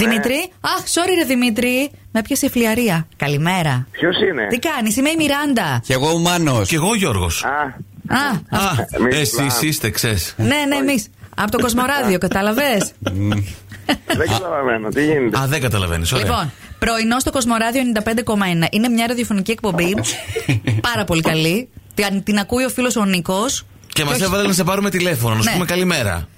Δημήτρη, αχ, sorry ρε Δημήτρη, με πιασε η φλιαρία. Καλημέρα. Ποιος είναι. Τι κάνεις, είμαι η Μιράντα. Κι εγώ ο Μάνος. Κι εγώ Γιώργος. Α, Α, Α, Εμείς εσείς πλά. είστε, ξέρεις. ναι, ναι, εμείς. Από το Κοσμοράδιο, κατάλαβε. δεν καταλαβαίνω. Τι γίνεται. Α, δεν καταλαβαίνεις. Ωραία. Λοιπόν, πρωινό στο Κοσμοράδιο 95,1. Είναι μια ραδιοφωνική εκπομπή. πάρα πολύ καλή. Την, την ακούει ο φίλος ο Νίκος. Και μας έβαλε να σε πάρουμε τηλέφωνο, να σου Ναι. πούμε καλημέρα.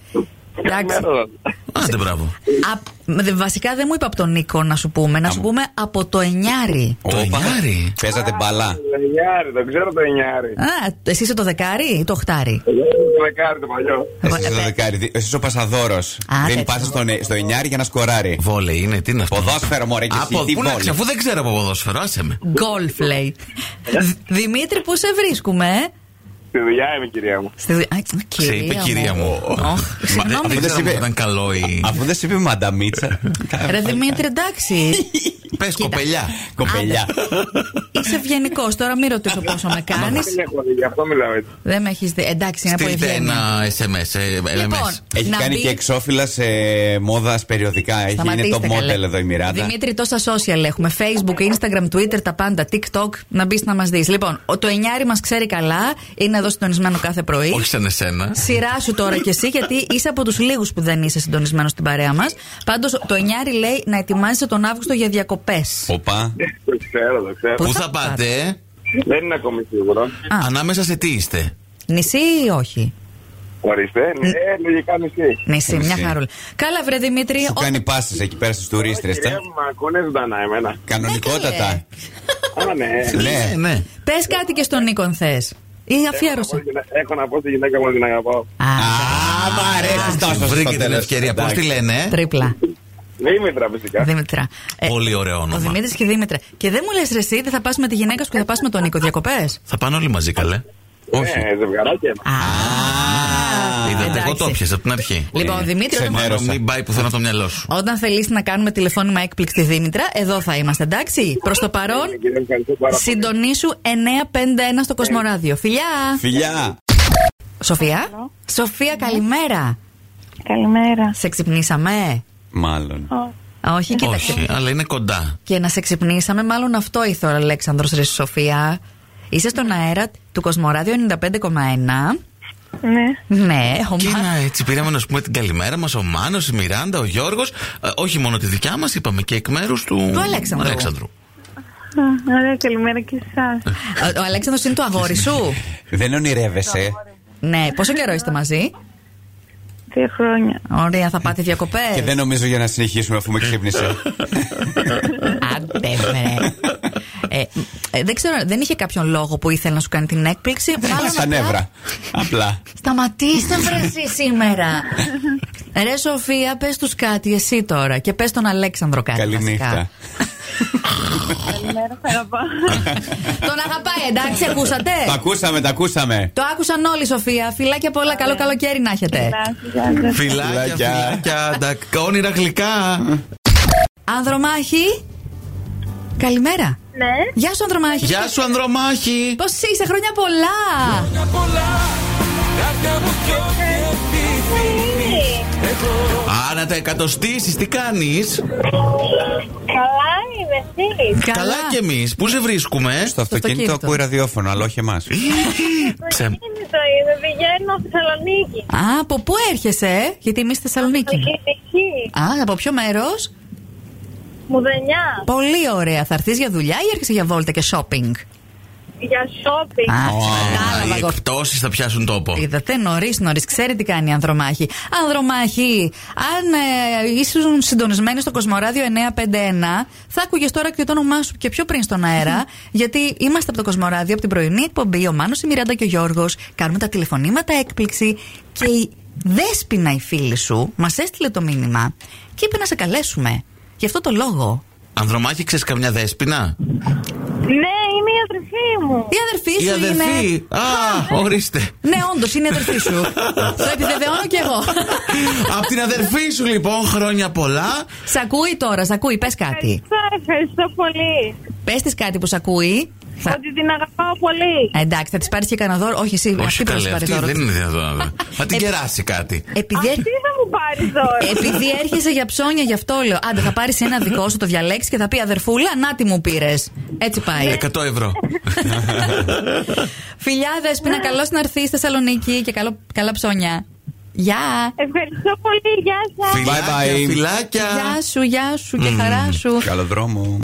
Εντάξει. Καλημέρα. Άντε, μπράβο. Α, δε- βασικά δεν μου είπε από τον Νίκο να σου πούμε, να σου πούμε από το Εννιάρι. Το εννιάρι. Παίζατε μπαλά. Το εννιάρι, το ξέρω το εννιάρι. Α, εσύ είσαι το δεκάρι ή το οχτάρι. Εγώ είμαι το δεκάρι το παλιό. Εσύ Ε, είσαι ο ε, δεκάρι, εσύ είσαι ο Πασαδόρος. τέτοιο. Δεν πάσα στον- Ε- στο εννιάρι για να σκοράρει. Βόλε είναι, τι είναι αυτό. Ποδόσφαιρο, μωρέ, και εσύ, Από τι πού να βόλη. ξέρω, αφού δεν ξέρω από ποδόσφαιρο, άσε με. Γκολφ λέει. Δ- Δημήτρη, πού σε βρίσκουμε, ε? Στη δουλειά είμαι, κυρία μου. Στη δου- Α, Σε είπε κυρία μου. Οχ, Μα, Συγγνώμη. Δεν Δεν ξέρω είπε. αν ήταν καλό ή. Αφού δεν σου είπε μανταμίτσα. Ρε Δημήτρη, εντάξει. Πες κοπελιά. Κοπελιά. Είσαι ευγενικός. Τώρα μην ρωτήσω πόσο με κάνει. Δεν έχω δει, γι' αυτό μιλάω έτσι. Δεν με έχεις δει. Εντάξει, είναι από Στείλτε ευγένεια. ένα SMS. ε, Λοιπόν, MMS. Έχει να κάνει μπει- και εξώφυλλα σε μόδα περιοδικά. Έχει είναι Σταματήστε, top καλέ. model εδώ η Μιράντα. Δημήτρη, τόσα social έχουμε. Facebook, Instagram, Twitter, τα πάντα. TikTok, να μπεις να μας δεις. Λοιπόν, ο- το εννιάρι μας ξέρει καλά. Είναι εδώ συντονισμένο κάθε πρωί. Όχι σαν εσένα. Σειρά σου τώρα κι εσύ, γιατί είσαι από τους λίγους που δεν είσαι συντονισμένος στην παρέα μας. Πάντως, το εννιάρι λέει να ετοιμάζεσαι τον Αύγουστο για διακοπές. Οπα. Ε, Το ξέρω, το ξέρω. Πού Πού θα θα πάτε, ε? Δεν είναι ακόμη σίγουρο. Α. ανάμεσα σε τι είστε. Νησί ή όχι. Ορίστε, ναι, λογικά μισή. Νησί, Νησί. μια χαρούλα. Καλά, βρε Δημήτρη. Σου ό- κάνει πάσε εκεί πέρα στι τουρίστρε. Κυρία μου, με ακούνε ζωντανά εμένα. Κανονικότατα. Α, ναι. Ναι. ναι. Πες κάτι και στον Νίκον θες. Ή αφιέρωσε. Έχω να πω στη γυνα- Έχω να πω στη γυναίκα μου ότι την αγαπάω. Α, Α, μ' αρέσει τόσο. Βρήκε την ευκαιρία. Πώς τη λένε, ε? τρίπλα. Δήμητρα, φυσικά. Δήμητρα. Ε, Πολύ ωραίο Ο όνομα. Δημήτρης και η Δήμητρα. Και δεν μου λες ρε, εσύ, δεν θα πα με τη γυναίκα σου και θα πα με τον Νίκο διακοπές. Θα πάνε όλοι μαζί, καλέ. Ε, Όχι. Ναι, ζευγαράκι. ένα. Α, λοιπόν, Είδατε, εντάξει. εγώ το πιασα από την αρχή. Λοιπόν, Δημήτρη, όταν, Ξενέρωσα. Μάλλον μην πάει πουθενά το μυαλό σου. όταν θελήσει να κάνουμε τηλεφώνημα έκπληξη στη Δήμητρα, εδώ θα είμαστε, εντάξει. Προς το παρόν, Ναι, Κύριε, μου, ευχαριστώ πάρα πολύ. συντονίσου 951 στο Κοσμοράδιο. Φιλιά! Φιλιά. Σοφία. Σοφία, καλημέρα. Καλημέρα. Σε ξυπνήσαμε. Μάλλον. Ω, Όχι, Ε, κοίταξε. Όχι, αλλά είναι κοντά. Και να σε ξυπνήσαμε, μάλλον αυτό ήθελε ο Αλέξανδρος ρε Σοφία. Είσαι στον αέρα του Κοσμοράδιο 95,1. Ναι. Ναι, ο Και Μάρκος- να έτσι πήραμε να σου πούμε την καλημέρα μας ο Μάνος, η Μιράντα, ο Γιώργος. όχι μόνο τη δικιά μας, είπαμε και εκ μέρους του. Του Αλέξανδρου. Α, Ωραία, καλημέρα και εσάς. Ο- Ο Αλέξανδρος είναι το αγόρι σου. Δεν ονειρεύεσαι. ναι, πόσο καιρό είστε μαζί. Τρία χρόνια. Ωραία, θα πάτε διακοπές. Και δεν νομίζω για να συνεχίσουμε αφού με ξύπνησε. Άντε, ναι. βρε. Ε, ε, δεν ξέρω, δεν είχε κάποιον λόγο που ήθελε να σου κάνει την έκπληξη. Μάλλον Στα απλά- νεύρα. Απλά. Σταματήστε, βρε εσύ σήμερα. Ρε Σοφία, πες τους κάτι εσύ τώρα και πες τον Αλέξανδρο κάτι. Καληνύχτα. βασικά. Καλημέρα, χαραπά. τον αγαπάει, εντάξει, ακούσατε. Τα ακούσαμε, τα ακούσαμε. Το άκουσαν όλοι, Σοφία. Φιλάκια πολλά. Καλό καλοκαίρι να έχετε. Γεια σα. Φιλάκια, Φιλάκια. φιλάκια, τα όνειρα γλυκά. Ανδρομάχη. Καλημέρα. Ναι. Γεια σου, Ανδρομάχη. Γεια σου, Ανδρομάχη. Πώς είσαι, χρόνια πολλά! Α, να τα εκατοστήσεις, τι κάνεις. Καλά είμαι εσύ. Καλά κι εμείς, πού σε βρίσκουμε. Στο αυτοκίνητο αυτοκίνητο. ακούει ραδιόφωνο, αλλά όχι εμάς. Ψε- Το είμαι, πηγαίνω από Θεσσαλονίκη. Α, από πού έρχεσαι, ε? γιατί είμαι στη Θεσσαλονίκη. Κυριακή. Α, από ποιο μέρος. Μουδενιά. Πολύ ωραία. Θα έρθεις για δουλειά ή έρχεσαι για βόλτα και shopping. Για shopping. Α, Α, κατάλαβα Οι εγώ. Ε. εκπτώσεις θα πιάσουν τόπο. Είδατε νωρίς, νωρίς. Ξέρει τι κάνει η Ανδρομάχη. Ανδρομάχη, αν ε, ήσουν συντονισμένοι στο Κοσμοράδιο 951, θα άκουγες τώρα και το όνομά σου και πιο πριν στον αέρα. γιατί είμαστε από το Κοσμοράδιο, από την πρωινή εκπομπή. Ο Μάνος, η Μιράντα και ο Γιώργος κάνουμε τα τηλεφωνήματα έκπληξη. Και η Δέσποινα, η φίλη σου, μας έστειλε το μήνυμα και είπε να σε καλέσουμε. Γι' αυτό το λόγο. Ανδρομάχη, ξέρεις καμιά δέσπινα. Ναι, είναι η αδερφή μου. Η αδερφή Η σου είναι. αδερφή. Α, ορίστε. Ναι, όντως είναι η αδερφή σου. το επιβεβαιώνω κι εγώ. Απ' την αδερφή σου λοιπόν χρόνια πολλά. Σ' ακούει τώρα, σ' ακούει, πες κάτι. Ευχαριστώ, ευχαριστώ πολύ. Πες της κάτι που σ' ακούει. Θα... Ότι την αγαπάω πολύ. Ε, Εντάξει, θα της πάρεις και κανένα δώρο. Όχι, εσύ, Όχι αυτή πρέπει να καλέ, σου πάρει δώρο. αυτή δεν είναι δυνατόν. Θα την Ε, κεράσει κάτι. Επειδή Αυτή έρχ- θα μου πάρει δώρο. Επειδή έρχεσαι για ψώνια, γι' αυτό λέω. Άντε, θα πάρεις ένα δικό σου, το διαλέξεις και θα πει αδερφούλα, να τι μου πήρες. Έτσι πάει. 100 ευρώ. Φιλιά, Δέσποινα, καλώ να έρθεις στη Θεσσαλονίκη και καλό, καλά ψώνια. Γεια! Ευχαριστώ πολύ. Γεια σας. φιλάκια, Bye bye. φιλάκια. Γεια σου, γεια σου και χαρά σου. Καλό δρόμο.